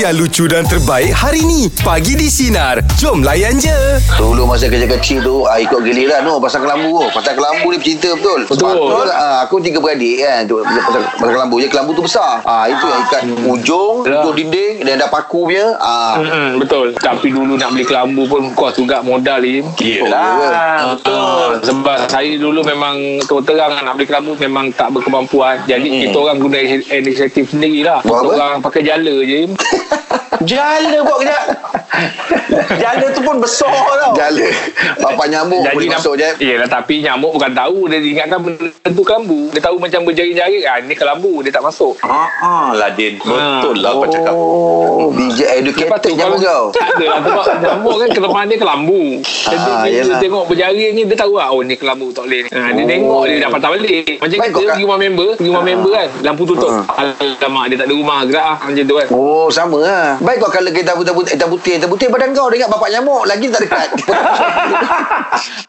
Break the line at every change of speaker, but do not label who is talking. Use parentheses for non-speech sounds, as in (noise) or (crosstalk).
yang lucu dan terbaik hari ni. Pagi di Sinar. Jom layan je.
Dulu masa kerja kecil tu ah, Ikut giliran tu Pasal Kelambu tu Pasal Kelambu ni pecinta betul Sebab aku, ah, aku tiga beradik kan tu, pasal, pasal Kelambu je Kelambu tu besar ah, Itu yang ikat ujung Ujung dinding Dan ada paku punya ah.
Mm-mm, betul. Tapi dulu nak beli kelambu pun kos juga modal ni.
Yelah,
betul. sebab saya dulu memang terus terang nak beli kelambu memang tak berkemampuan. Jadi mm. kita orang guna ini- inisiatif sendirilah.
Buat
Kita
apa?
orang pakai jala je.
Jala buat kerja
(laughs)
Jala tu pun besar tau
Jala Bapak nyamuk
Jadi
Oh, Boleh
nam-
masuk je
Yelah tapi nyamuk bukan tahu dia ingatkan benda tu kelambu. Dia tahu macam berjari-jari ah ni kelambu dia tak masuk.
Ha ah, Ladin Betul lah kau cakap
Oh DJ educated nyamuk kau
Tak ada lah
(laughs)
sebab nyamuk kan kelemahan dia kelambu. Jadi
Ah,
bila dia
yelah.
tengok berjari ni dia tahu lah oh ni kelambu tak boleh ni. Ha, dia
Oh.
tengok dia dah patah balik. Macam
Baik kau, Ah.
kita
Kak.
pergi rumah member, pergi rumah member kan lampu tutup. Alamak dia tak ada rumah gerak ah macam tu kan.
Oh sama lah Baik kau
eh,
(laughs) kalau kita putih Kita putih Kita putih badan kau Dia ingat bapak nyamuk Lagi tak dekat